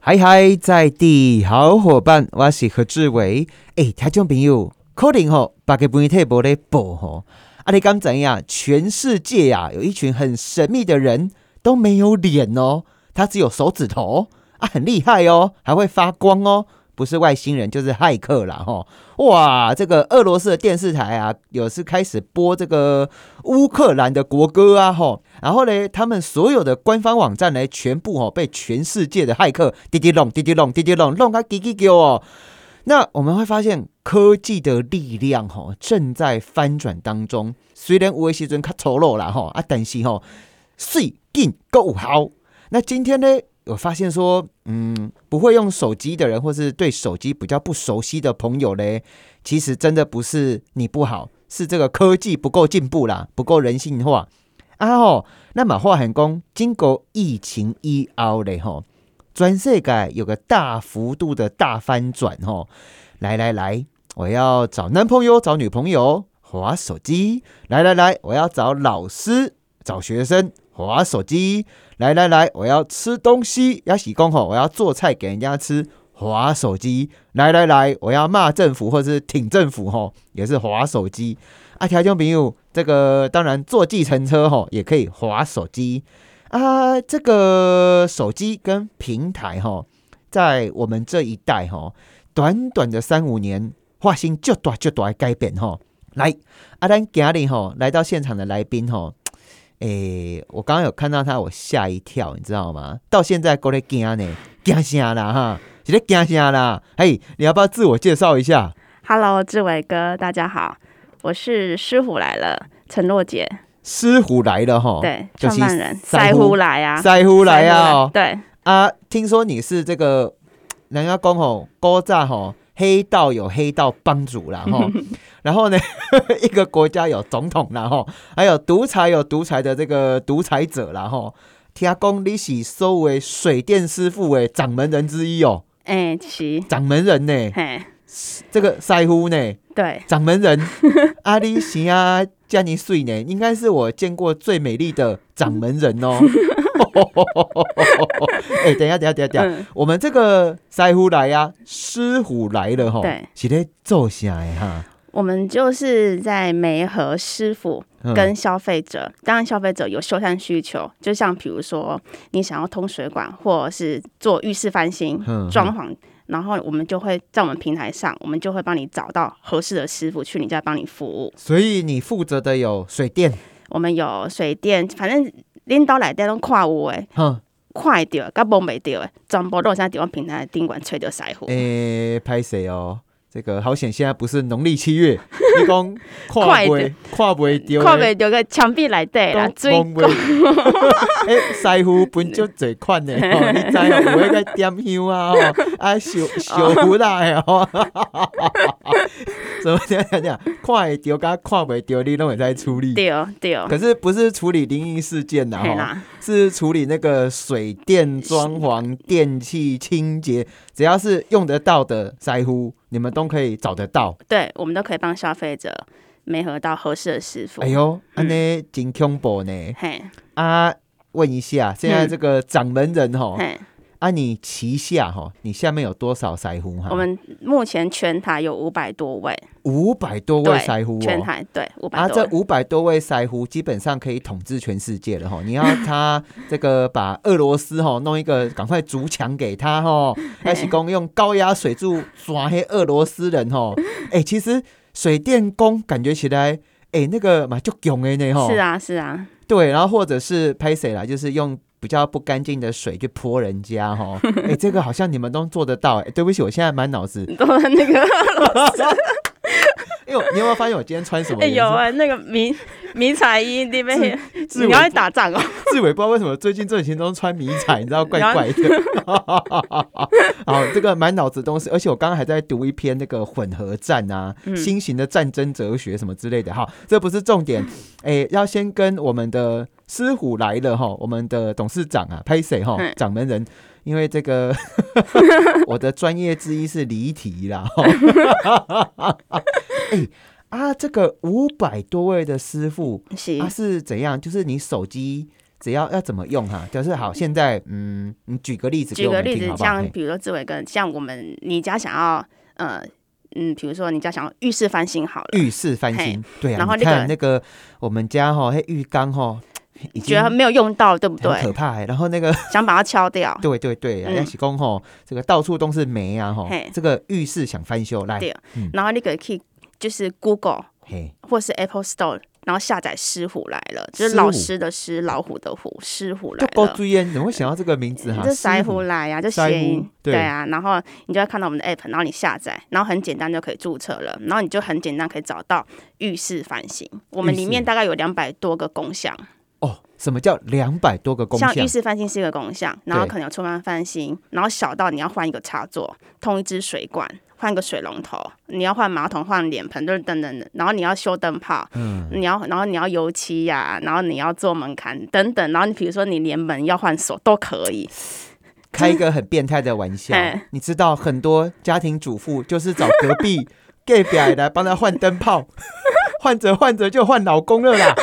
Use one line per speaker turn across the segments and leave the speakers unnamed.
嗨嗨，在地好伙伴，我是何志伟。诶、听众朋友，可能吼、别个媒体无咧报吼，啊，你敢知影？全世界啊，有一群很神秘的人都没有脸哦，他只有手指头啊，很厉害哦，还会发光哦，不是外星人就是骇客啦吼、哇，这个俄罗斯的电视台啊，有是开始播这个乌克兰的国歌啊，吼，然后呢，他们所有的官方网站呢，全部哦被全世界的骇客滴滴弄、滴滴弄、滴滴弄弄啊滴滴给哦。那我们会发现科技的力量哈、哦、正在翻转当中，虽然有的时阵较丑陋啦吼啊，但是吼、哦、水劲够好。那今天呢，我发现说，嗯，不会用手机的人，或是对手机比较不熟悉的朋友嘞，其实真的不是你不好，是这个科技不够进步啦，不够人性化啊吼。那么话很讲，经过疫情以后嘞吼，全世界有个大幅度的大翻转吼。来来来，我要找男朋友，找女朋友，划手机。来来来，我要找老师，找学生，划手机。来来来，我要吃东西，要洗工吼，我要做菜给人家吃，划手机。来来来，我要骂政府或是挺政府吼，也是划手机。啊，条件朋友，这个当然坐计程车吼也可以划手机啊。这个手机跟平台吼，在我们这一代吼，短短的三五年，化新就大就大的改变吼。来，啊，咱今日吼来到现场的来宾吼，诶，我刚刚有看到他，我吓一跳，你知道吗？到现在够咧惊呢，惊啥啦哈？是咧惊啥啦？嘿，你要不要自我介绍一下？
Hello，志伟哥，大家好，我是师傅来了，陈洛姐，
狮虎来了哈，
对，
哦就
创
是
办人
塞
塞
呼
呼来啊，
塞呼来啊、哦！
对，
啊，听说你是这个人家讲吼，高炸吼，黑道有黑道帮主啦 吼，然后呢， 一个国家有总统啦吼，还有独裁有独裁的这个独裁者啦吼。听讲你是收为水电师傅诶掌门人之一哦，
哎，齐，
掌门人呢，
嘿，
这个塞呼呢，
对，
掌门人 阿里西啊，加尼碎呢，应该是我见过最美丽的掌门人哦。 哎、等一下，等一下，等一下，等一下，
嗯，
我们这个塞虎来呀、啊，狮虎来了哈，
对，
是咧做啥的哈？
我们就是在媒合师傅
嗯
跟消费者，当然消费者有修缮需求，就像比如说你想要通水管，或者是做浴室翻新
嗯嗯、
装潢。然后我们就会在我们平台上，我们就会帮你找到合适的师傅去你家帮你服务。
所以你负责的有水电，
我们有水电，反正恁兜内底拢看有诶，
哈，
看会着，甲摸袂着诶，全部都有在地方平台顶管吹着师傅。
诶、拍谁哦？这个好险，现在不是农历七月， 你讲跨
快
袂
点
跨袂丢，
看袂着个墙壁内底啦，
都
水
懵袂 诶，师傅本就侪款 的吼，你知哦，有迄个点香啊，吼，啊 烧
哦
烧糊啦的吼， 怎么讲讲讲，看会着甲看袂着，你拢会在处理。
对对，
可是不是处理灵异事件呐、
嘿
吼，
啦，
是处理那个水电、装潢、电器、清洁，只要是用得到的在乎，你们都可以找得到。
对，我们都可以帮消费者媒合到合适的师傅。
哎呦，
嗯
安尼真恐怖呢！
嘿，
啊，问一下，现在这个掌门人吼、
嘿，
啊，你旗下哈，你下面有多少腮胡哈？
我们目前全台有五百多位，
五百多位
对
腮胡
全
哦。
台对五百
啊，
多
这
位，
五百多位腮胡基本上可以统治全世界了哈！你要他这个把俄罗斯哈弄一个赶快筑墙给他哈，还是公用高压水柱抓黑俄罗斯人哈？哎、其实水电工感觉起来，哎、那个嘛就囧哎呢哈。
是啊是啊，
对，然后或者是拍谁啦，就是用比较不干净的水去泼人家 哈。哎、这个好像你们都做得到哎、对不起，我现在满脑子，
都 那个。
因为我你有没有发现我今天穿什么
哎、
颜色？
有啊、那个迷迷彩衣里面，
自我
你要会打仗哦。
志伟不知道为什么最近这几天都穿迷彩，你知道怪怪的。好，这个满脑子都是，而且我刚刚还在读一篇那个混合战啊，新型的战争哲学什么之类的。好，这不是重点，哎、要先跟我们的狮虎来了哈，我们的董事长啊，拍谁哈
嗯，
掌门人。因为这个， 我的专业之一是离题啦。哈哎、啊，这个五百多位的师傅，
是
它、是怎样？就是你手机只要要怎么用哈、就是好，现在嗯，你举个例子给
举
我
个
们
例子
听，好不好？
像
嘿
比如说志伟跟像我们你家想要呃嗯，比如说你家想要浴室翻新好了，
浴室翻新，对啊，
然后
你
那个
看那个我们家哈、那浴缸哈、已经
觉得没有用到，对不嗯
很可
对？
怕、欸。然后那个，
想把它敲掉
对对对，啊，
嗯
要是讲吼，这个到处都是霉啊吼
嘿，
这个浴室想翻修来，
嗯对然后你可以去就是 Google
嘿，
或是 Apple Store，然后下载狮虎来了，就
狮
是
虎
老师的狮，老虎的虎，狮虎来
就够
了。
注意啊，你怎么会想到这个名字哈？
就
师
塞
傅
虎来呀、就
塞
谐
虎
音
对
啊，然后你就会看到我们的 app，然后你下载，然后很简单就可以注册了，然后你就很简单可以找到浴室翻新。我们
浴室
里面大概有两百多个功效，
哦，什么叫两百多个功
像
效
浴？室翻新是一个功效，然后
对
可能有厨房翻新，然后小到你要换一个插座、通一支水管、换个水龙头，你要换马桶、换脸盆，就是等等等，然后你要修灯泡，
嗯，
你要然后你要油漆呀、然后你要做门槛等等，然后你比如说你连门要换锁都可 以，
开一个很变态的玩笑
嘿，
你知道很多家庭主妇就是找隔壁 gay 表来帮他换灯泡， 换着换着就换老公了 啦，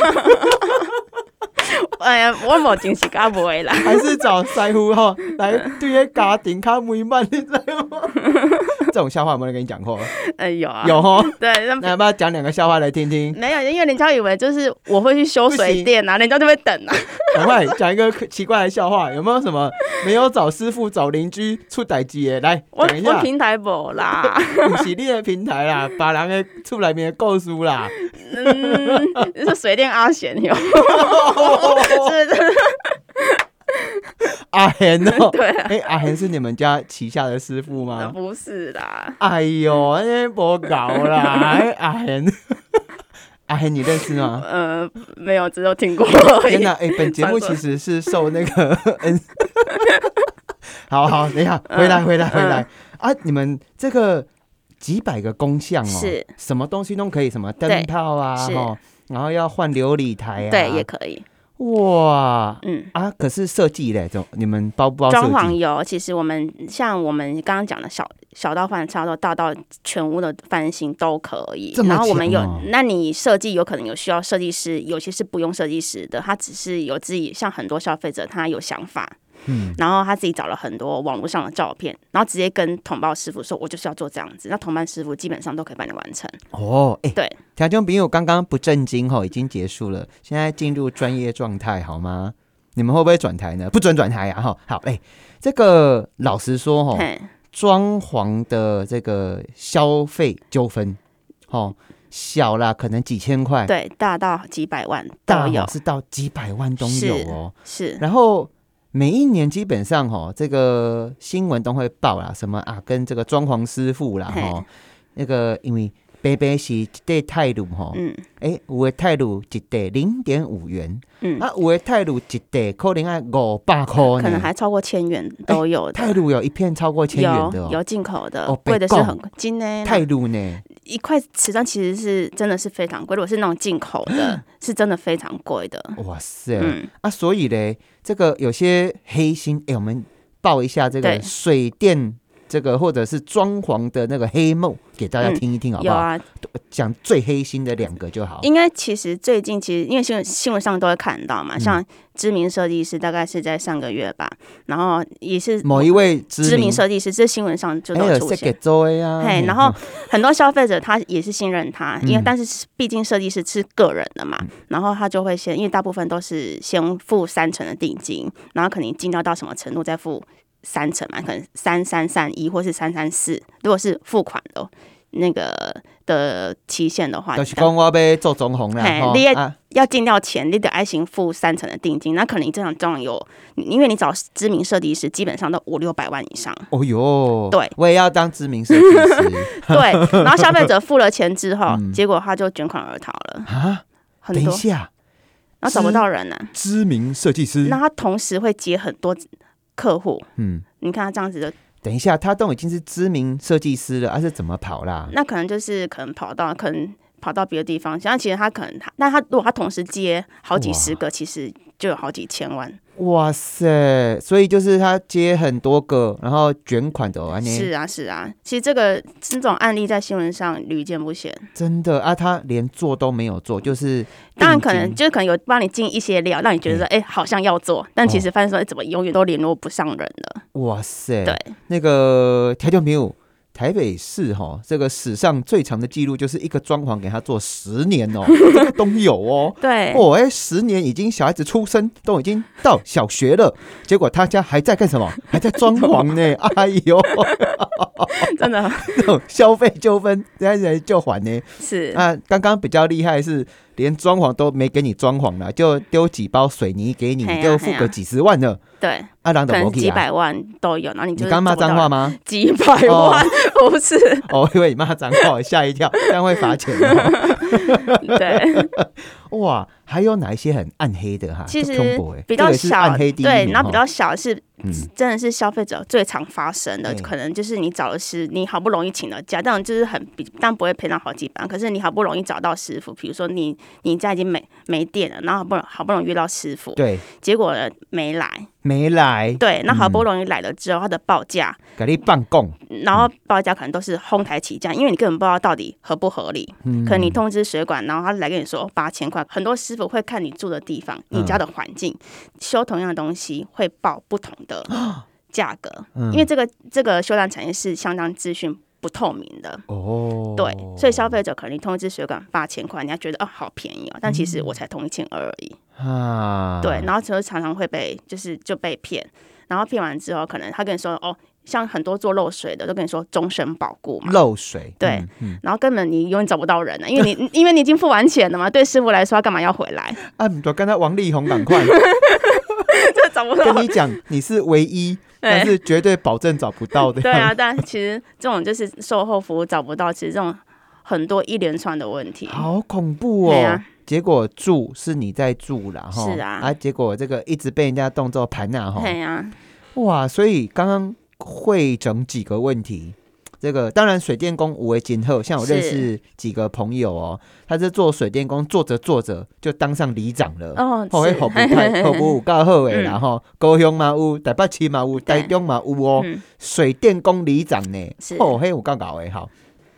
哎呀，我冇真是噶不 会啦。
还是找腮胡哈来对个家庭看美满，你知道吗？ 这种笑话有没有人跟你讲过？
哎有啊，
有哈，
对，那
那要不要讲两个笑话来听听？
没有，因为人家以为就是我会去修
不
水
行
电啊，人家就会等啊。
赶快讲一个奇怪的笑话，有没有什么没有找师傅找邻居出歹机的？来
我
讲一
我
下，
平台冇啦，
不是你的平台啦，把人的出来面的故事 啦。
嗯，就是水电阿贤 有，是不是？
哦阿贤哦，
对 啊，
哎，阿贤是你们家旗下的师傅吗？
呃不是啦，
哎呦，
嗯
那不搞啦，哎阿贤，阿贤你认识吗？
呃，没有，只有听 过而
天
已。
哪，哎，本节目其实是受那个 嗯，好好，等一下，回
嗯
来回来回来啊！你们这个几百个工项哦，
是
什么东西都可以，什么灯
对
泡啊，
是
吼，然后要换琉璃台啊，
对，也可以，
哇
嗯。
啊！可是设计嘞，怎么你们包不包设
装潢
计？
油，其实我们像我们刚刚讲的小小到翻超到大到全屋的翻新都可以
这。么
然后我们有
强哦，
那你设计有可能有需要设计师，有些是不用设计师的，他只是有自己像很多消费者，他有想法，
嗯，
然后他自己找了很多网络上的照片，然后直接跟统包师傅说，我就是要做这样子。那同伴师傅基本上都可以帮你完成。
哦，哎、
对，
条件朋友刚刚不正经吼，已经结束了，现在进入专业状态好吗？你们会不会转台呢？不准转台啊！哈，好，哎、这个老实说吼，
嘿，
装潢的这个消费纠纷，哦，小啦，可能几千块，
对，大到几百万
大
都
哦
有，
是到几百万都有哦。
是
然后每一年基本上哈、这个新闻都会报啦，什么啊，跟这个装潢师傅啦哈、
嘿
吼那个因为北北是一对泰鲁哈，
嗯
诶、有的泰鲁一对零点五元，
嗯，
啊，有的泰鲁一对可能要五百块呢，
可能还超过千元都有的。
泰鲁有一片超过哎千元的、
有
哦，
有进口的
哦，
贵、的是
北
很贵金呢，
泰鲁呢，
一块瓷砖其实是真的是非常贵，如果是那种进口的， 是真的非常贵的。
哇塞！
嗯，
啊，所以嘞，这个有些黑心，哎、我们报一下这个
对
水电这个或者是装潢的那个黑幕给大家
嗯
听一听，好不
有
好？
啊，
讲最黑心的两个就好。
应该其实最近其实因为新闻新闻上都会看到
嗯
嘛，像知名设计师大概是在上个月吧，然后也是
某一位知
知名设计师，这新闻上就
哎
都
有
有
设
出
计
现。
周的啊，
嘿，然后很多消费者他也是信任他，因为
嗯
但是毕竟设计师是个人的嘛，然后他就会先，因为大部分都是先付三成的定金，然后可能进到到什么程度再付三成嘛，可能三三三一或是三三四，如果是付款的那个的期限的话，
就是讲我要做总红啦，
嘿
吼
你也
啊，
要进掉钱，你得爱心付三成的定金，那可能你这场装有，因为你找知名设计师基本上都五六百万以上，
哦哟，
对
我也要当知名设计 师
对，然后消费者付了钱之后，
嗯
结果他就卷款而逃了，
啊！
很
等一
多，
下，
然后找不到人呢、
知名设计师
那，他同时会接很多客户，
嗯，
你看他这样子的，
等一啊下，他都已经是知名设计师了，他、是怎么跑啦？
那可能就是可能跑到可能。跑到别的地方，像其实他可能他，但他如果他同时接好几十
哇
个，其实就有好几千万。
哇塞！所以就是他接很多个，然后卷款的哦，安妮
是啊，是啊，其实这个这种案例在新闻上屡见不鲜。
真的啊，他连做都没有做，就是
当然，
定
可能
金
就是可能有帮你进一些料，让你觉得说，哎、好像要做，但
哦
其实发现说，哎、怎么永远都联络不上人了？
哇塞，
对，
那个调酒朋友。台北市哈、这个史上最长的记录就是一个装潢给他做十年 哦，这个都有哦。
对，
哦，哎，十年已经小孩子出生，都已经到小学 了，结果他家还在干什么？还在装潢呢。哎呦，
真的
这种消费纠纷，人家人就还呢。
是，
啊，刚刚比较厉害是连装潢都没给你装潢了，就丢几包水泥给你，
嘿呀
就付个几十万了。
对，
啊，让
可
的
能
摩
几
基啊，
百万都有，然后你
你
就是
刚骂脏话
吗？
吗？
几百万、 不是，
哦，因为你骂脏话，我吓一跳，这样会罚钱 哦。
对，
哇，还有哪一些很暗黑的哈？
其
就
实
combo 欸
比
这
较
个是
小，
暗黑第一
对，
名
然后比
哈
较小是
嗯
真的是消费者最常发生的，
对
可能就是你找的是你好不容易请了假，当然就是很比，但不会赔到好几班。可是你好不容易找到师傅，比如说你你家已经没没电了，然后好不容好不容易约到师傅，
对，
结果呢没来，
没来，
对，那好
嗯
不容易来了之后，他的报价，
给你办供，
然
嗯
后报价可能都是哄抬起价，因为你根本不知道到底合不合理。
嗯
可能你通知水管，然后他来跟你说八千块，很多师傅会看你住的地方、你
嗯
家的环境，修同样的东西会报不同 的价格，
嗯
因为这个这个修缮产业是相当资讯不透明的。
哦，
对，所以消费者可能你通知水管八千块，人家觉得哦好便宜哦，但其实
嗯
我才通一千二而已。
啊，
对，然后就常常会被就是就被骗，然后骗完之后，可能他跟你说哦，像很多做漏水的都跟你说终身保固嘛，
漏水，
对
嗯，嗯
然后根本你永远找不到人了，因 为你因为你已经付完钱了嘛，对师傅来说，他干嘛要回来？
啊，你就跟他王力宏赶快
这找不到
跟。你讲，你是唯一，但是绝对保证找不到的。
对啊，但其实这种就是售后服务找不到，其实这种很多一连串的问题。
好恐怖哦！
对啊
结果住是你在住啦，哈，
是啊
啊，结果这个一直被人家动作盘呐，哈，
对呀、
哇，所以刚刚会整几个问题。这个当然，水电工无为今后，像我认识几个朋友哦，他是做水电工，做着做着就当上里长了。
哦，
后尾
是嗯
服务太服务有够好诶，然后高雄嘛有，台北市嘛有，台
对
中嘛有哦，
嗯
水电工里长呢
是，
哦嘿，我刚搞诶，好，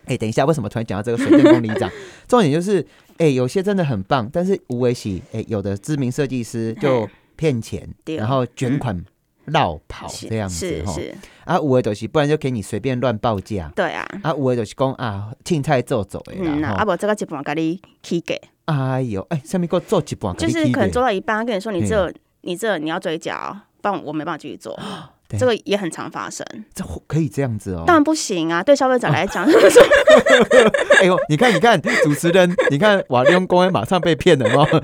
哎、等一下，为什么突然讲到这个水电工里 长？重点就是，哎、有些真的很棒，但是无为喜，哎、有的知名设计师就
嘿
骗钱，
对
然后卷款绕跑
是
这样子
是
哈，
是，
啊，无为就是不然就给你随便乱报价。
对啊，
啊，有的就是讲啊，凊彩做做的
嗯
啦哦
啊，
吼
啊，不，这个一半给你起价。
哎呦，哎，上面给我做一半，给
就
你
是
起
可能
价。
做到一半，他跟你说你这你这你要追加哦，不然我没办法继续做
对
这个也很常发生，
这可以这样子哦。
当然不行啊！对消费者来讲， 就是
哎呦，你看，你看，主持人，你看瓦利翁公安马上被骗了哦吗？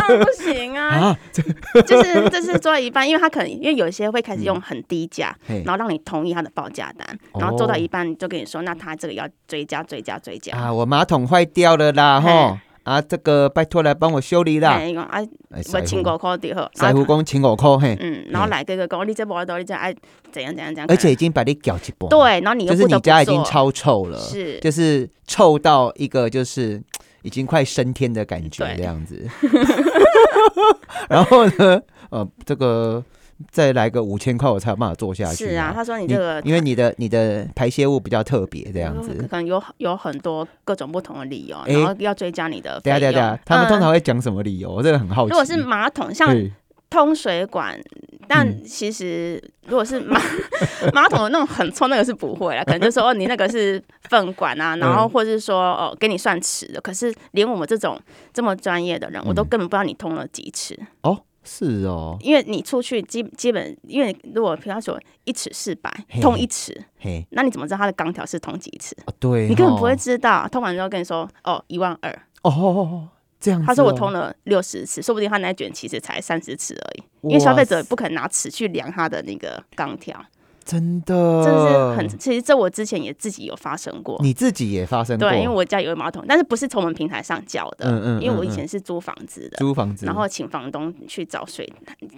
当然不行啊！
啊，这
就是就是做到一半，因为他可能因为有些会开始
嗯
用很低价，
嘿
然后让你同意他的报价单，
哦
然后做到一半就跟你说，那他这个要追加追加追加。
啊，我马桶坏掉了啦，吼
嘿
啊，这个拜托来帮我修理啦。
哎，讲啊，
哎
我
师
请
傅
过考的后，
师
然后
傅
他
公请我扣嘿，
啊嗯，然后来这个讲你这不到，你这哎怎样怎样怎样，
哎而且已经把你搅一波，，
对，然后你又
就是
不
你
得不
家已经
做
超臭了，
是
就是臭到一个就是已经快升天的感觉
对
这样子。 然后呢，呃，这个再来个五千块，我才有办法做下去。
是啊，，他说你
你
这个
因为你的你的排泄物比较特别这样
有
子。
可能有有很多各种不同的理由，
诶
然后要追加你的费
对啊
用。
对啊对啊，他们
嗯
通常会讲什么理由？我真的很好奇。嗯
如果是马桶，像
对
通水管，
嗯
但其实如果是马 马桶的那种很臭，那个是不会 啦，可能就说哦你那个是粪管
嗯
啊，然后或是说哦给你算尺的，可是连我们这种这么专业的人，我都
嗯
根本不知道你通了几尺，
哦，是哦，
因为你出去基基本，因为如果平常说一尺四百
嘿，
通一尺，
嘿，
那你怎么知道它的钢条是通几尺？
哦对哦，
你根本不会知道，通完之后跟你说哦一万二，
哦哦哦哦，这样子哦。
他说我通了六十次，说不定他那一卷其实才三十次而已，因为消费者不可能拿尺去量他的那个钢条。
哇真
这
的，
是很，其实这我之前也自己有发生过，
你自己也发生过，
对，因为我家有马桶，但是不是从我们平台上交的，
嗯嗯嗯嗯
因为我以
嗯
前是租房子的，
租房子，
然后请房东去找水，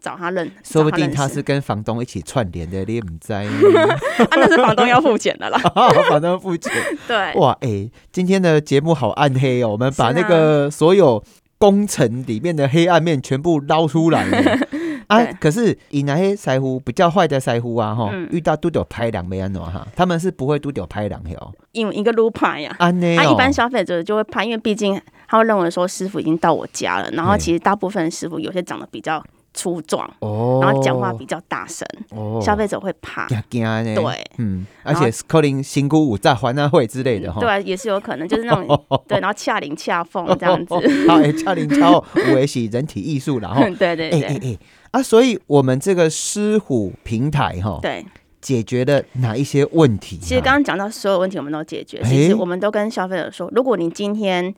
找他认，
说不
找认
定他
识
是跟房东一起串联的，你也不 知 道。
啊，那是房东要付钱 的啦，
房东付钱。
对，
哇，哎、今天的节目好暗黑哦，我们把
是啊
那个所有工程里面的黑暗面全部捞出来 了。啊
对，
可是以那些腮胡比较坏的腮胡啊，哈、
嗯
遇到嘟丢拍两没安怎哈，他们是不会嘟丢拍两的哦。
因一个撸牌呀。
安呢、
啊，
哦
一般消费者就会怕，因为毕竟他会认为说师傅已经到我家了，然后
嘿
其实大部分师傅有些长得比较粗壮，
哦，
然后讲话比较大声，
哦
消费者会怕。
惊惊呢，
对，
嗯，而
然后
且柯林辛苦五炸还那会之类的哈。
对啊，也是有可能，就是那
哦
种对，然后恰邻恰缝这样子。，
好，哎、恰林恰后，我也是人体艺术啦，然后
对对
哎哎
对
哎，啊，所以我们这个狮虎平台哈，
对，
解决了哪一些问题、啊？
其实刚刚讲到所有问题，我们都解决。
哎
其实我们都跟消费者说，如果你今天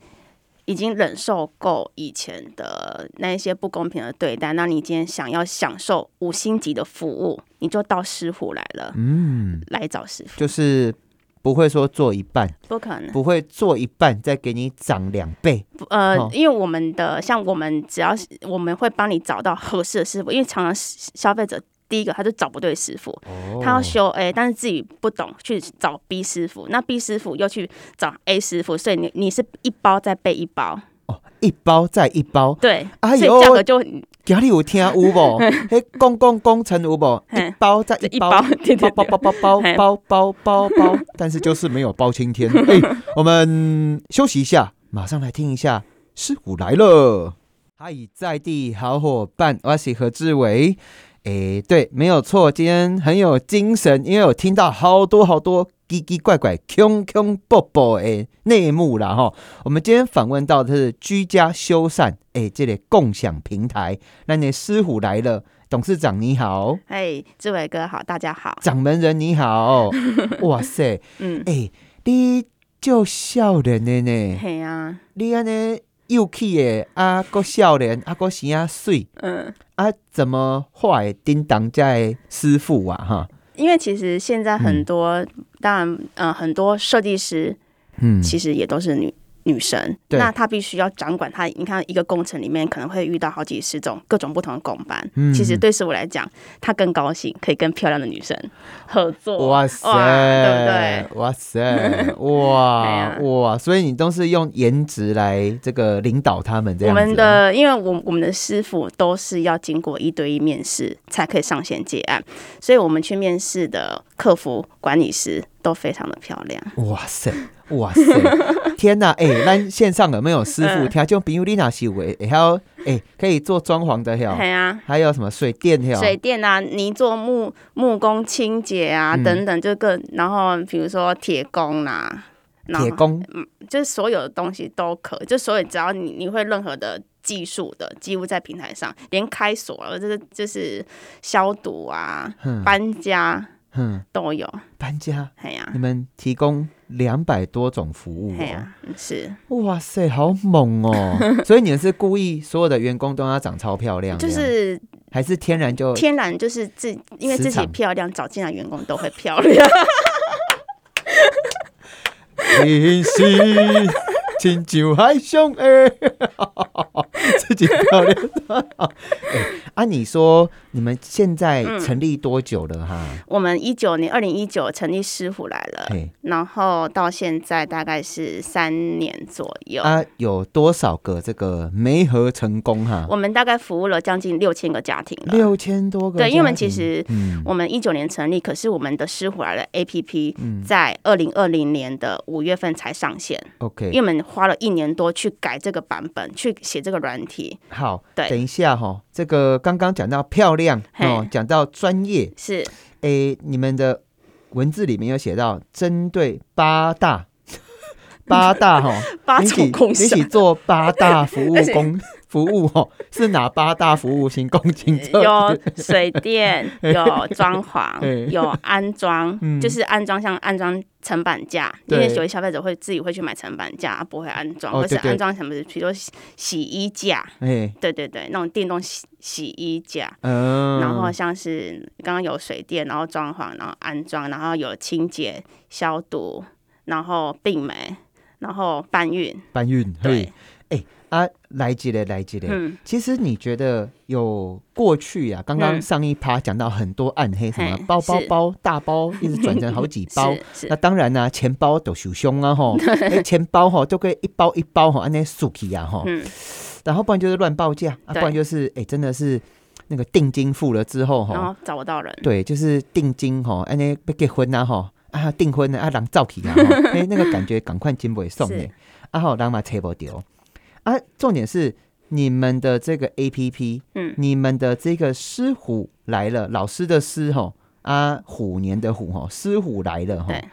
已经忍受够以前的那一些不公平的对待，那你今天想要享受五星级的服务，你就到师傅来了，
嗯，
来找师傅，
就是不会说做一半，
不可能。
不会做一半再给你涨两倍，
不呃
哦，
因为我们的像我们只要是我们会帮你找到合适的师傅，因为常常消消费者第一个他就找不对师傅，
哦
他要修 A，但是自己不懂去找 B 师傅，那 B 师傅又去找 A 师傅，所以你你是一包再备一包，
哦一包再一包。
对，
哎
所以价
呦
格，就很
家里有听有 无？嘿，公共工程有无？
嘿
一包再
一
一包
包，，对对
包
对，
包包包
嘿
包包包包， 但是就是没有包青天。哎、我们休息一下，马上来听一下师傅来了。嗨，在地好伙伴，我是何志伟。哎、对，没有错，今天很有精神，因为我听到好多好多奇奇怪怪、穷穷啵啵的内幕啦哈。我们今天访问到的是居家修缮，哎、这里共享平台，那你师傅来了，董事长你好。
哎，志伟哥好，大家好，
掌门人你 好，哇塞，
嗯，
哎、你就少年的呢，
嘿呀，
你安尼又气的啊，个少年啊个生啊水
嗯，
啊，怎么坏叮当家的师傅啊哈，
因为其实现在很
嗯
多，当然，呃，很多设计师
嗯，
其实也都是女。女生，
对
那她必须要掌管她。你看，一个工程里面可能会遇到好几十种各种不同的工班。
嗯
其实对师傅来讲，他更高兴可以跟漂亮的女生合作。
哇塞，
哇对不
哇 塞，哇、
哎呀
哇，所以你都是用颜值来这个领导他们这
我
样子啊、
们的，因为我我们的师傅都是要经过一对一面试才可以上线接案，所以我们去面试的客服管理师都非常的漂亮。
哇塞，哇塞， 天哪！哎、咱线上有没有师傅？
嗯
听就比如你那是为，还有哎，可以做装潢的哟，
对啊，
还有什么水电哦的哟，
水电啊、泥做木木工清洁啊、
嗯
等等，就各然后比如说铁工啦、啊然后
铁工，
就是所有的东西都可以，就所有只要你你会任何的技术的，几乎在平台上，连开锁了，就是就是消毒啊、
哼
搬家
哼，
都有，
搬家，
哎呀、
你们提供两百多种服务
哎
哦，
呀、是，
哇塞，好猛哦！ 所以你们是故意所有的员工都要长超漂亮这
就
样，
是
还是天然就
天然就是自，因为
磁
自己
场
漂亮，找进来员工都会漂亮。
天是亲像海上哎，自己漂亮。哎、啊，你说你们现在成立多久了哈？
我们一九年，二零一九成立师傅来了，
哎、
然后到现在大概是三年左右。
啊，有多少个这个媒合成功哈？
我们大概服务了将近六千个家庭了。
六千多个家庭。
对，因为我们其实
嗯，
我们一九年成立，可是我们的狮虎来了
嗯
APP 在二零二零年的五月份才上线，因
OK，
为我们花了一年多去改这个版本，去写这个软体，
好，
对
等一下哈、这个刚刚讲到漂亮哦
嘿，
讲到专业，
是
诶，你们的文字里面有写到针对八 大八大哈、
八
你
种
起
共
你
享
起。做八大服务
而且
工服务哦，是哪八大服务型工程测试？
有水 电，有装潢
嘿，
有安装
哎嗯，
就是安装像安装层板架，因
对
为有些消费者会自己会去买层板架，啊不会安装，
哦
或是
对对
安装什么，比如说洗洗衣架，
哎，
对对对，那种电动洗洗衣架。
嗯，
然后像是刚刚有水电，然后装潢，然后安装，然后有清洁、消毒，然后病媒，然后搬运，
搬运，
对
嘿，哎啊，来一个，来一个。
嗯，
其实你觉得有过去啊，刚刚
嗯
上一趴讲到很多暗黑，什么
嘿
包包
是
包大包，一直转成好几包。
是
那
是，
当然啦、钱包都手凶啊 吼，哎钱包吼都可以一包一包吼，安尼竖起啊吼，
嗯，
然后不然就是乱报价，啊，不
对
然就是哎、真的是那个定金付了之后
然
吼，
后找不到人，
对，就是定金吼，安尼要结婚啊吼，啊订婚啊，啊人造 起啊吼，哎、那个感觉赶快金不送
是
呢，啊吼人嘛找不到，啊重点是你们的这个 A P P，
嗯，
你们的这个狮虎来了，老师的狮吼啊，虎年的虎吼，狮虎来了吼
对，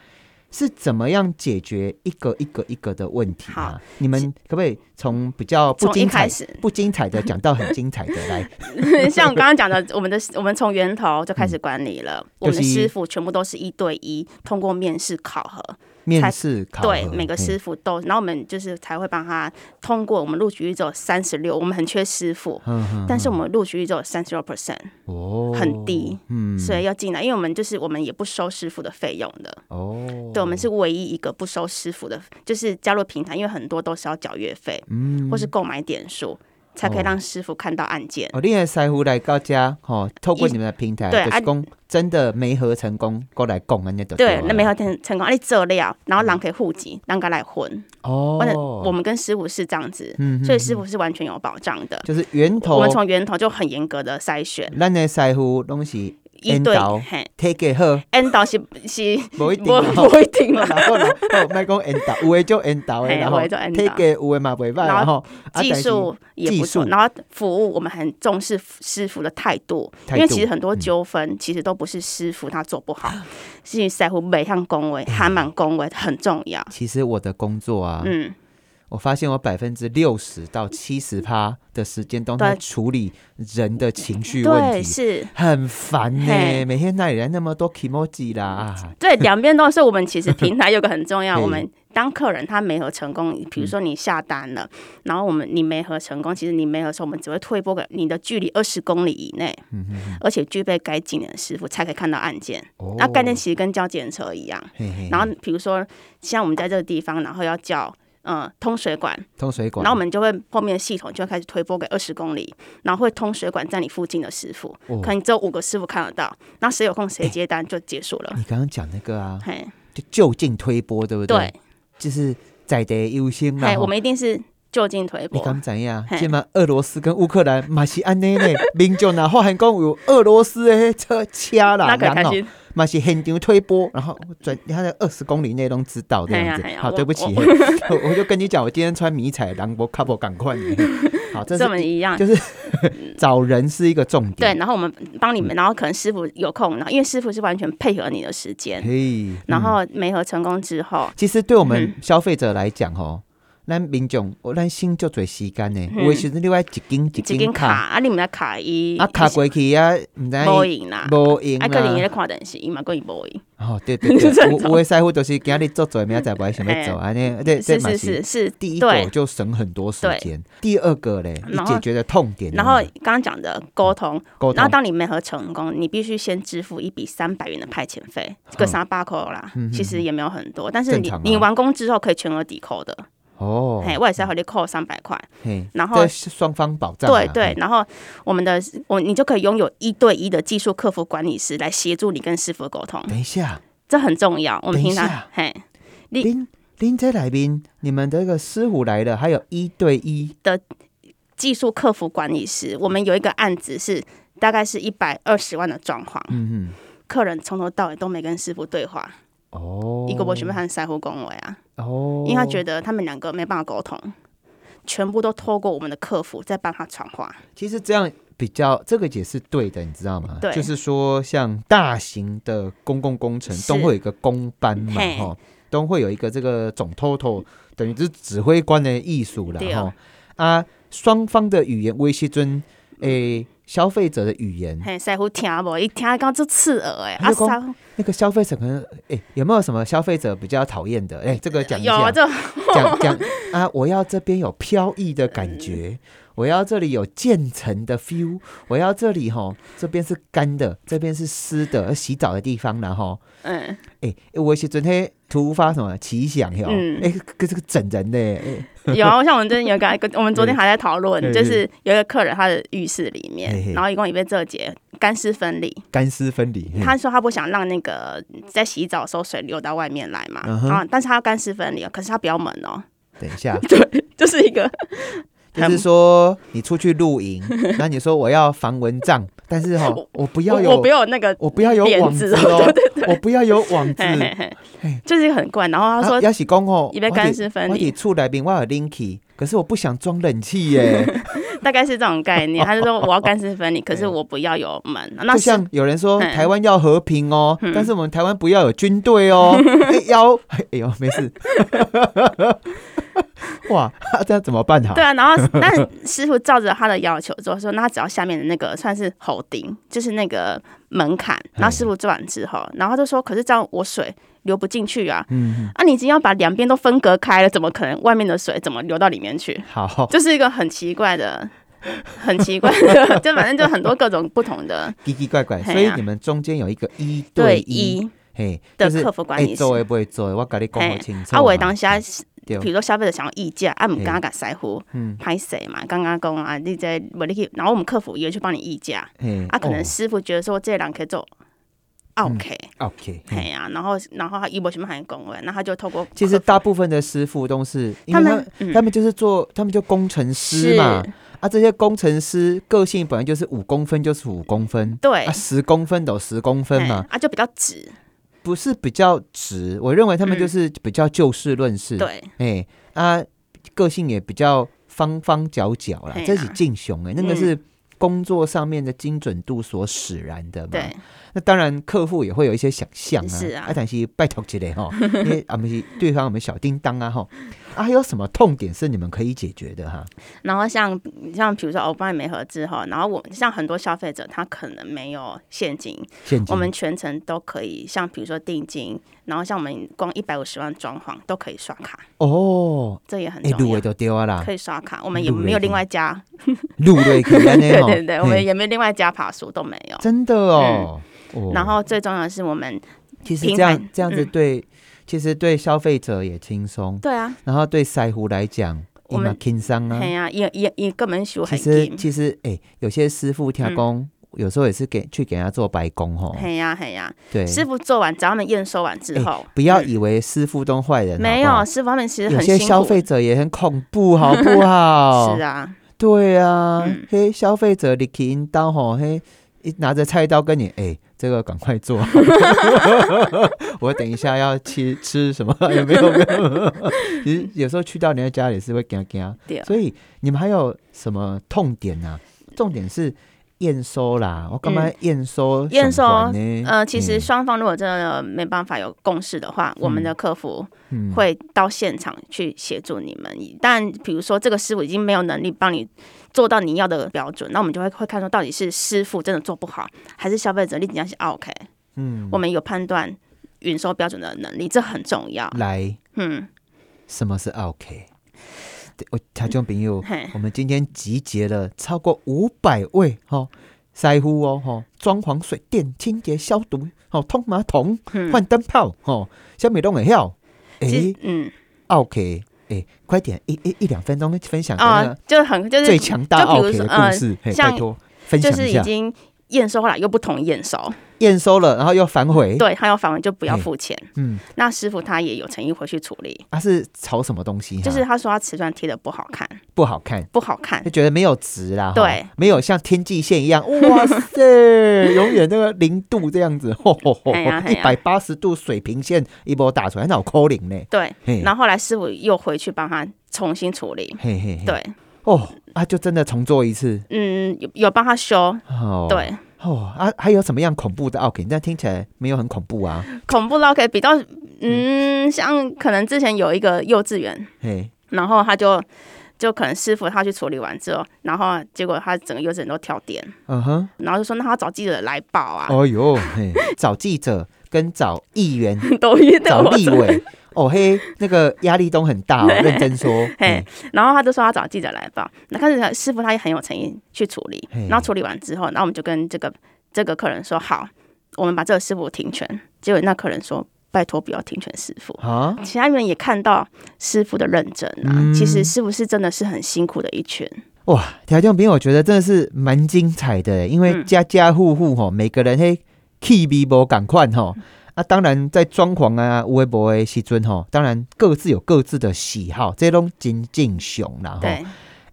是怎么样解决一个一个一个的问题啊？你们可不可以从比较不
从一
精彩
开、始，
不精彩的讲到很精彩的来？
像我刚刚讲的，我们的我们从源头就开始管理了，我们的
嗯就是
师傅全部都是一对一，通过面试考核，
面试考核嗯
对每个师傅都，然后我们就是才会帮他通过。我们录取率只有三十六，我们很缺师傅，
嗯，嗯
但是我们录取率只有三十六 percent，
哦
很低，
嗯，
所以要进来，因为我们就是我们也不收师傅的费用的。
哦，
对，我们是唯一一个不收师傅的，就是加入平台，因为很多都是要缴月费
嗯
或是购买点数，才可以
哦
让师傅看到案件。
哦，你的师傅来到家，吼、透过
一
你们的平台，
对
就
啊
是讲真的没合成功，过来讲安尼就
对，那没
合
有成成功，啊，你做了，然后人可以户籍，人家来混。或者
嗯哦，
我们跟师傅是这样子，
嗯
所以
嗯
师傅是完全有保障的。
就是源头，
我们从源头就很严格的筛选，
咱的师傅拢是
一
引
对
导
嘿
take it 好，
，N 导是是
无一定啊啦
不
吼。
不一定啊
好
啦，
啦好啦，好，莫讲引导，有的就引导的
嘿
啦吼
有的就引导
，take it 有的嘛袂歹啦
然
吼。啊
技术也不
技
错，
术
然后服务我们很重视师傅的态度，
态
因为
度嗯
其实很多纠纷其实都不是师傅他做不好， 是在乎每项恭 维、韩满恭维很重要
但。是其实我的工作啊，
嗯，
我发现我百分之六十到七十趴的时间都在
对
处理人的情绪问
对，
题，
是。
很烦呢、
嘿
每天那里来那么多 emoji 啦，啊
对，两边都是。我们其实平台有个很重要，
嘿
我们当客人他没合成功，比如说你下单了，
嗯
然后我们你没合成功，其实你没合成，我们只会退拨给你的距离二十公里以内，
嗯
而且具备该技能的师傅才可以看到案件。
哦哎
那概念其实啊跟交检车一样。
嘿嘿嘿
然后比如说像我们在这个地方，然后要叫。嗯，通水管，
通水管，
然后我们就会后面的系统就会开始推拨给二十公里，然后会通水管在你附近的师傅，
哦
可能只有五个师傅看得到，那谁有空谁接单就结束了。
你刚刚讲那个啊，
嘿，
就就近推波，对不对？
对，
就是在地优先啦
哎，
吼。
我们一定是就近推
你
波
敢，怎样？
嘿
即嘛俄罗斯跟乌克兰嘛是安 尼呢，民众呐发现讲有俄罗斯的车车啦，
那可开
人哦
心。
嘛是现场推波，然后转他在二十公里内都知道这样子
嘿呀嘿。呀
好，
我
对不起，
我
嘿 我我就跟你讲，我今天穿迷彩，狼博卡博赶快你。嘿好，这
这么
是
一样
就。找人是 一个重
对，
点。
然后我们
嗯
帮你们，然后可能师傅有空，然后因为师傅是完全配合你的时间，
嘿，
然
嗯
后没合成功之后，
其实对我们
嗯
消费者来讲，吼，咱民众，我咱省就多时间呢。
嗯
有的时阵你要一斤一
这根
斤
卡
卡，
啊，你们的卡一
啊卡过去啊，唔知
无赢啦，
无用
啊，个人也
啦。
在看电视，伊嘛个伊无赢，
哦，对 对
这
对，
很
有有的师傅就是今日做做，明仔载不爱想要做，安尼，这这
是
嘛
是
是
是是，
第一个
对
就省很多时间，第二个嘞，你
然后
解决的痛点呢，
然后刚刚讲的沟通，
嗯沟
然后
通，
当你没合成功，你必须先支付一笔三百元的派遣费，这
嗯
个三八扣啦，其实也没有很多，但是
正
你
常啊
你完工之后可以全额抵扣的，
哦，
嘿，我也是要和你扣三百块，
嘿，
然后
这是双方保障啊，
对对，然后我们的我你就可以拥有一对一的技术客服管理师来协助你跟师傅沟通
嗯。，等一下，
这很重要。我们平常
等一下
嘿你
林林在来宾，你们这个师傅来了，还有一对一，
技术客服管理师，我们有一个案子是大概是一百二十万的装潢，
嗯嗯，
客人从头到尾都没跟师傅对话，
哦，
一个我全部和腮胡恭维啊，
哦，
因为他觉得他们两个没办法沟通。全部都透过我们的客服在帮他传话，
其实这样比较，这个也是对的，你知道吗？
对
就是说像大型的公共工程
是
都会有一个公班嘛，
嘿
哈，都会有一个这个总 total，等于是指挥官的艺术了
对哦
哈。啊，双方的语言威胁尊诶消费者的语言，
嘿，师傅听无，伊听到这刺耳诶，
他
啊，
就讲
师
那个消费者可能诶、有没有什么消费者比较讨厌的？诶、这个讲一
有啊
下，
这
讲讲啊，我要这边有飘逸的感觉，我要这里有渐层的 feel，我要这里吼，这边是干的，这边是湿的，要洗澡的地方然后。
嗯，
诶、欸，我是昨天突发什么奇想哟，
嗯
诶、这个这个整人的、欸，
有啊，像我们最近有个，我们昨天还在讨论，
嗯
就是有一个客人他的浴室里
嘿嘿
面，然后一共也被这节干湿分离，
干湿分离。嗯嘿
他说他不想让那个在洗澡的时候水流到外面来嘛，
嗯哼
啊，但是他要干湿分离哦，可是他不要门 哦，
等一下，
就是一个
就是说你出去露 营，然后你说我要防蚊帐，但是哈，我不要有
我我不要有那个，
我不要有
帘
网
子
哦
哦，
我不要有网子。
嘿嘿嘿，就是很怪。然后他
啊
说
要是讲哦，
以为干湿分离
我得出来宾我有 linky，可是我不想装冷气耶，
大概是这种 概念，他就说我要干湿分离，可是
哦哎
我不要有门， 那
就是像有人说
嗯
台湾要和平哦，但是我们台湾不要有军队 哦，哎要哎呦没事， 哇，这样怎么办好？
对啊，然后但是师傅照着他的要求做，说那他只要下面的那个算是喉钉，就是那个门槛。然后师傅做完之后，然后他就说，可是这样我水流不进去啊，
嗯，
啊，你已经要把两边都分隔开了，怎么可能外面的水怎么流到里面去？
好，
就是一个很奇怪的。 很奇怪的，就反正就很多各种不同的
奇奇怪怪，
嘿
所以
啊
你们中间有一个一
对
一，
一
嘿，
的
就是
客服管
哎
理师
做。会不会做的？我跟你讲好清楚嘛。
啊，我当下
对
比如说消费者想要议价，啊，我们
嘿
刚刚给师傅
嗯
拍谁嘛，刚刚讲啊，你在我你去，然后我们客服也会去帮你议价，
嘿
啊，可能
哦
师傅觉得说这人可以做
嗯
OK，
OK 嘿。
嘿呀、然后然后他一波全部喊工位，那他就透过哦
其实
客服
大部分的师傅都是，因为
他
他
们
们
嗯
他们就是做，他们就工程师嘛。
是
啊，这些工程师个性本来就是五公分就是五公分，
对
啊，十公分都十公分
嘿
嘛，
啊就比较直，
不是比较直。我认为他们就
嗯
是比较就事论事，
对，
哎、啊，个性也比较方方角角啦
嘿，啊
这是敬雄哎、那个
嗯
是工作上面的精准度所使然的嘛。
对，
那当然客户也会有一些想象啊，
是啊
但是拜托之类 哈，因为我们是对方我们小叮当啊哈，啊，还有什么痛点是你们可以解决的哈？
然后像像比如说欧哦巴没合之后，然后我像很多消费者他可能没有现金，
现金，
我们全程都可以像比如说定金，然后像我们光一百五十万装潢都可以刷卡，
哦，
这也很
哎，
重
路
要
的。就丢啊啦
可，以刷卡，我们也
入了
没有
已经
另外加，
路的可以安尼
对
吼，
对对，我
哦
们
嘿
也没有另外加爬数都没有。
真的哦。哦
然后最重要的是我们，
其实
平
这样
凡
这样子
嗯
对，其实对消费者也轻松，
对啊，
然后对腮胡来讲，
我
伊嘛
们
轻松啊。
嘿啊，也也也根本修
其
很
实
紧，
其实哎、有些师傅听
嗯
工，有时候也是给去给人家做白工吼。
嘿呀嘿呀，
哦对，
师傅做完，只要他们验收完之后，
不要
嗯
以为师傅都坏人，
没
好
有
不
师傅他们其实
哦好有
很
些
辛苦，
消费者也很恐怖，好不好？
是啊，
对啊，
嗯
嘿，消费者你去引导吼，嘿，一拿着菜刀跟你，哎、这个赶快做， 我等一下要吃 吃什么？有没有？没 有。其实有时候去到人家家里是会惊惊
对，
所以你们还有什么痛点啊？重点是验收啦，我干嘛验收
嗯验收
上环呢？
呃，其实
嗯
双方如果真的没办法有共识的话，我们的客服
嗯
会到现场去协助你们。但比如说这个师傅已经没有能力帮你做到你要的标准，那我们就会会看说到底是师傅真的做不好，还是消费者立即讲是 OK，
嗯
我们有判断运收标准的能力，这很重要。
来，
嗯，
什么是 OK？对我听众朋 友，
嘿，
我们今天集结了超过五百位哈，腮乎哦哈，装潢、水电、清洁、消毒，哦，通马桶、
嗯
换灯泡，哦，小米都会晓。
其
诶
实嗯
o k 诶，快点，一一一两分钟分享一
啊
下，
就很就是
最强大
就比
OK
如
的
说呃
故事，嘿，
像
拜托分享
就是
一
已
下。
经验收了又不同意验收，
验收了，然后又反悔，
对他要返回就不要付钱。
嗯，
那师傅他也有诚意回去处理，
他、是炒什么东西哈？
就是他说他瓷砖贴的不好看，
不好看。
不好看
就。觉得没有值啦，哈
对，
没有像天际线一样，哇塞，永远那个零度这样子，吼吼吼
嘿呀，嘿
一
呀
百八十度水平线一波打出来，那我扣零呢，
对，
嘿，
然后后来师傅又回去帮他重新处理。
嘿嘿，嘿，
对，
哦，啊，就真的重做一次，
嗯，有有帮他修。
哦，，
对，
哦，啊，还有什么样恐怖的 OK？但听起来没有很恐怖啊，
恐怖到可以比较，
嗯
嗯，像可能之前有一个幼稚园，
嘿，
然后他就就可能师傅他去处理完之后，然后结果他整个幼稚园都跳电，
嗯哼，
然后就说那他找记者来报啊，
哦哟，嘿，找记者跟找议 员、
都遇到
找
我
立委，哦嘿，那个压力都很 大、哦，认真说，嗯
嘿
嘿，，
然后他就说他找记者来报，那但是师傅他也很有诚意去处理
嘿，
然后处理完之后，然后我们就跟这个这个客人说好，我们把这个师傅停权，结果那客人说拜托不要停权师傅。
啊，
其他人也看到师傅的认真啊，
嗯
其实师傅是真的是很辛苦的一群，
哇，条件兵我觉得真的是蛮精彩的耶，欸因为
嗯
家家户户吼，每个人嘿 key 比不赶快吼。
嗯
啊，当然在装潢啊、微博的时阵吼，当然各自有各自的喜好，这拢真正常啦吼。
对，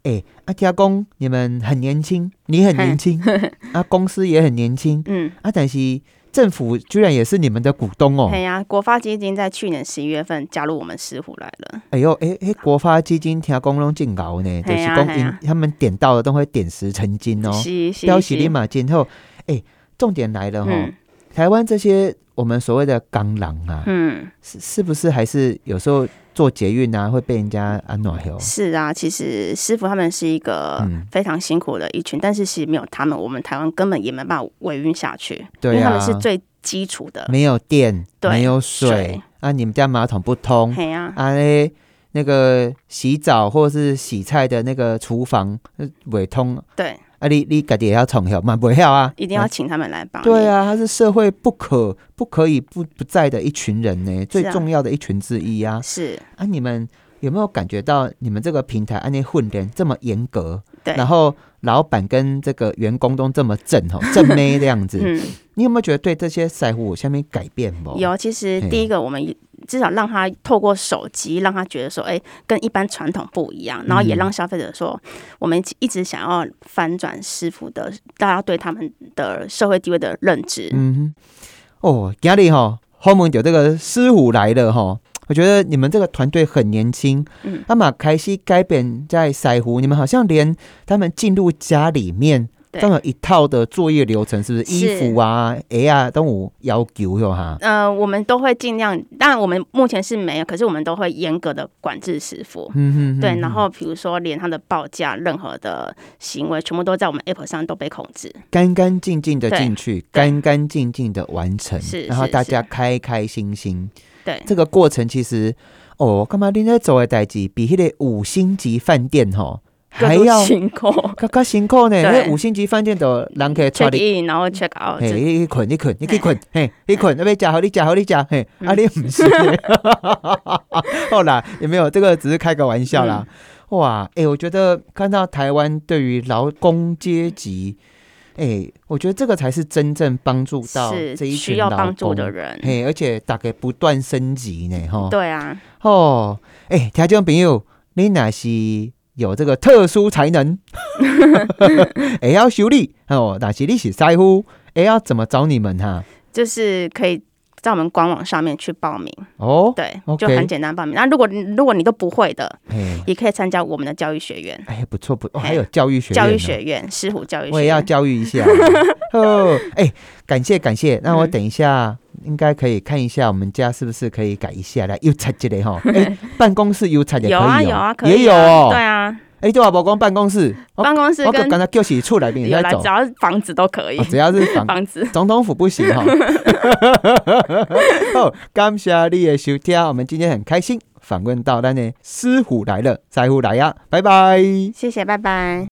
哎、阿家公，你们很年轻，你很年轻， 啊，公司也很年轻，
嗯。
啊，但是政府居然也是你们的股东哦。
哎呀、国发基金在去年十一月份加入我们石虎来了，
哎呦，哎哎，国发基金听讲拢进熬呢，就
嘿
是
呀
讲
嘿
因
呀
他们点到的都会点石成金哦，
是是
标
是
喜立马今后，哎，重点来了哈、
嗯
台湾这些我们所谓的钢狼啊，
嗯，
是是不是还是有时候做捷运啊会被人家安暖哟？
是呃啊，其实师傅他们是一个
嗯
非常辛苦的一群，但是其实没有他们，我们台湾根本也没办法维运下去，
对啊
因为他们是最基础的。
没有电，
对
没有水
水
啊，你们家马桶不通，
嘿呀、
啊嘞，那个洗澡或是洗菜的那个厨房呃尾通
对，
啊，你你家己也要重晓嘛，不晓啊，
一定要
啊
请他们来帮、
对，啊，他是社会不可不可以不不在的一群人呢，最
是啊
重要的一群之一啊。
是，
啊，你们有没有感觉到你们这个平台按那混人这么严格？
对
然后老板跟这个员工都这么正 哦，正妹这样子，
嗯，
你有没有觉得对这些赛虎下面改变不？
有。其
哦
实
嘿
第一个，我们至少让他透过手机，让他觉得说，哎、跟一般传统不一样，然后也
嗯
让消费者说，我们一直想要翻转师傅的大家对他们的社会地位的认知。
嗯哼，哦，今日哈，后面有这个师傅来了哈。我觉得你们这个团队很年轻，
嗯
阿玛开西改变在赛湖，你们好像连他们进入家里面
对
都有一套的作业流程，是不是？
是
衣服啊、鞋啊都有要求哟哈。
呃，我们都会尽量，但我们目前是没有，可是我们都会严格的管制师傅。
嗯哼哼
对，然后比如说连他的报价、任何的行为，全部都在我们 App 上都被控制。
干干净净的进去，干干净净的完成，
是
然后
是
大家开开心心。
对，
这个过程其实，哦，干嘛你在走的代志比那个五星级饭店吼还
各路
要
辛苦
较较辛苦呢。
对
那五星级饭店都人可以带
check
你，
in，然后 check out，
嗯嘿，
哦这
你去困，你困，你去困，嘿，你困，那边加好，你加好，你加，嘿，啊，
嗯
你唔是 耶，后来也没有，这个只是开个玩笑啦。
嗯
哇，哎、我觉得看到台湾对于劳工阶级，哎、我觉得这个才是真正帮助到这
是
一群
需要
劳工
帮助的人。
嘿，而且大概不断升级呢，哈。
对啊，
哦，哎、欸，听众朋友，你若是有这个特殊才能， 也要修理哦，若是你是师傅，也要怎么找你们哈、
就是可以在我们官网上面去报名，
哦，
对
OK
就很简单报名。那如果如果你都不会的，
哎，
也可以参加我们的教育学院，
哎，不错不错、哦，
嘿
还有教育学院哦、
教育学院石虎教育
我
学
也要
院。
教育一 下哦。哎、感谢感谢，那我
嗯
等一下。应该可以看一下我们家是不是可以改一下来，又擦这里 哈。哎、办公室又擦也可以、
有
哦、
啊有啊，可以、啊、
也有哦。
对啊，
哎、对啊，我光办公室，我
办公室
我
跟
刚才叫起出来，并
有
在
啦，
走
只。要是房子都可以
哦，只要是房
房子。
总统府不行哈、哦。好，感谢你的收听，我们今天很开心访问到咱的师傅来了，师傅来呀，拜拜。
谢谢，拜拜。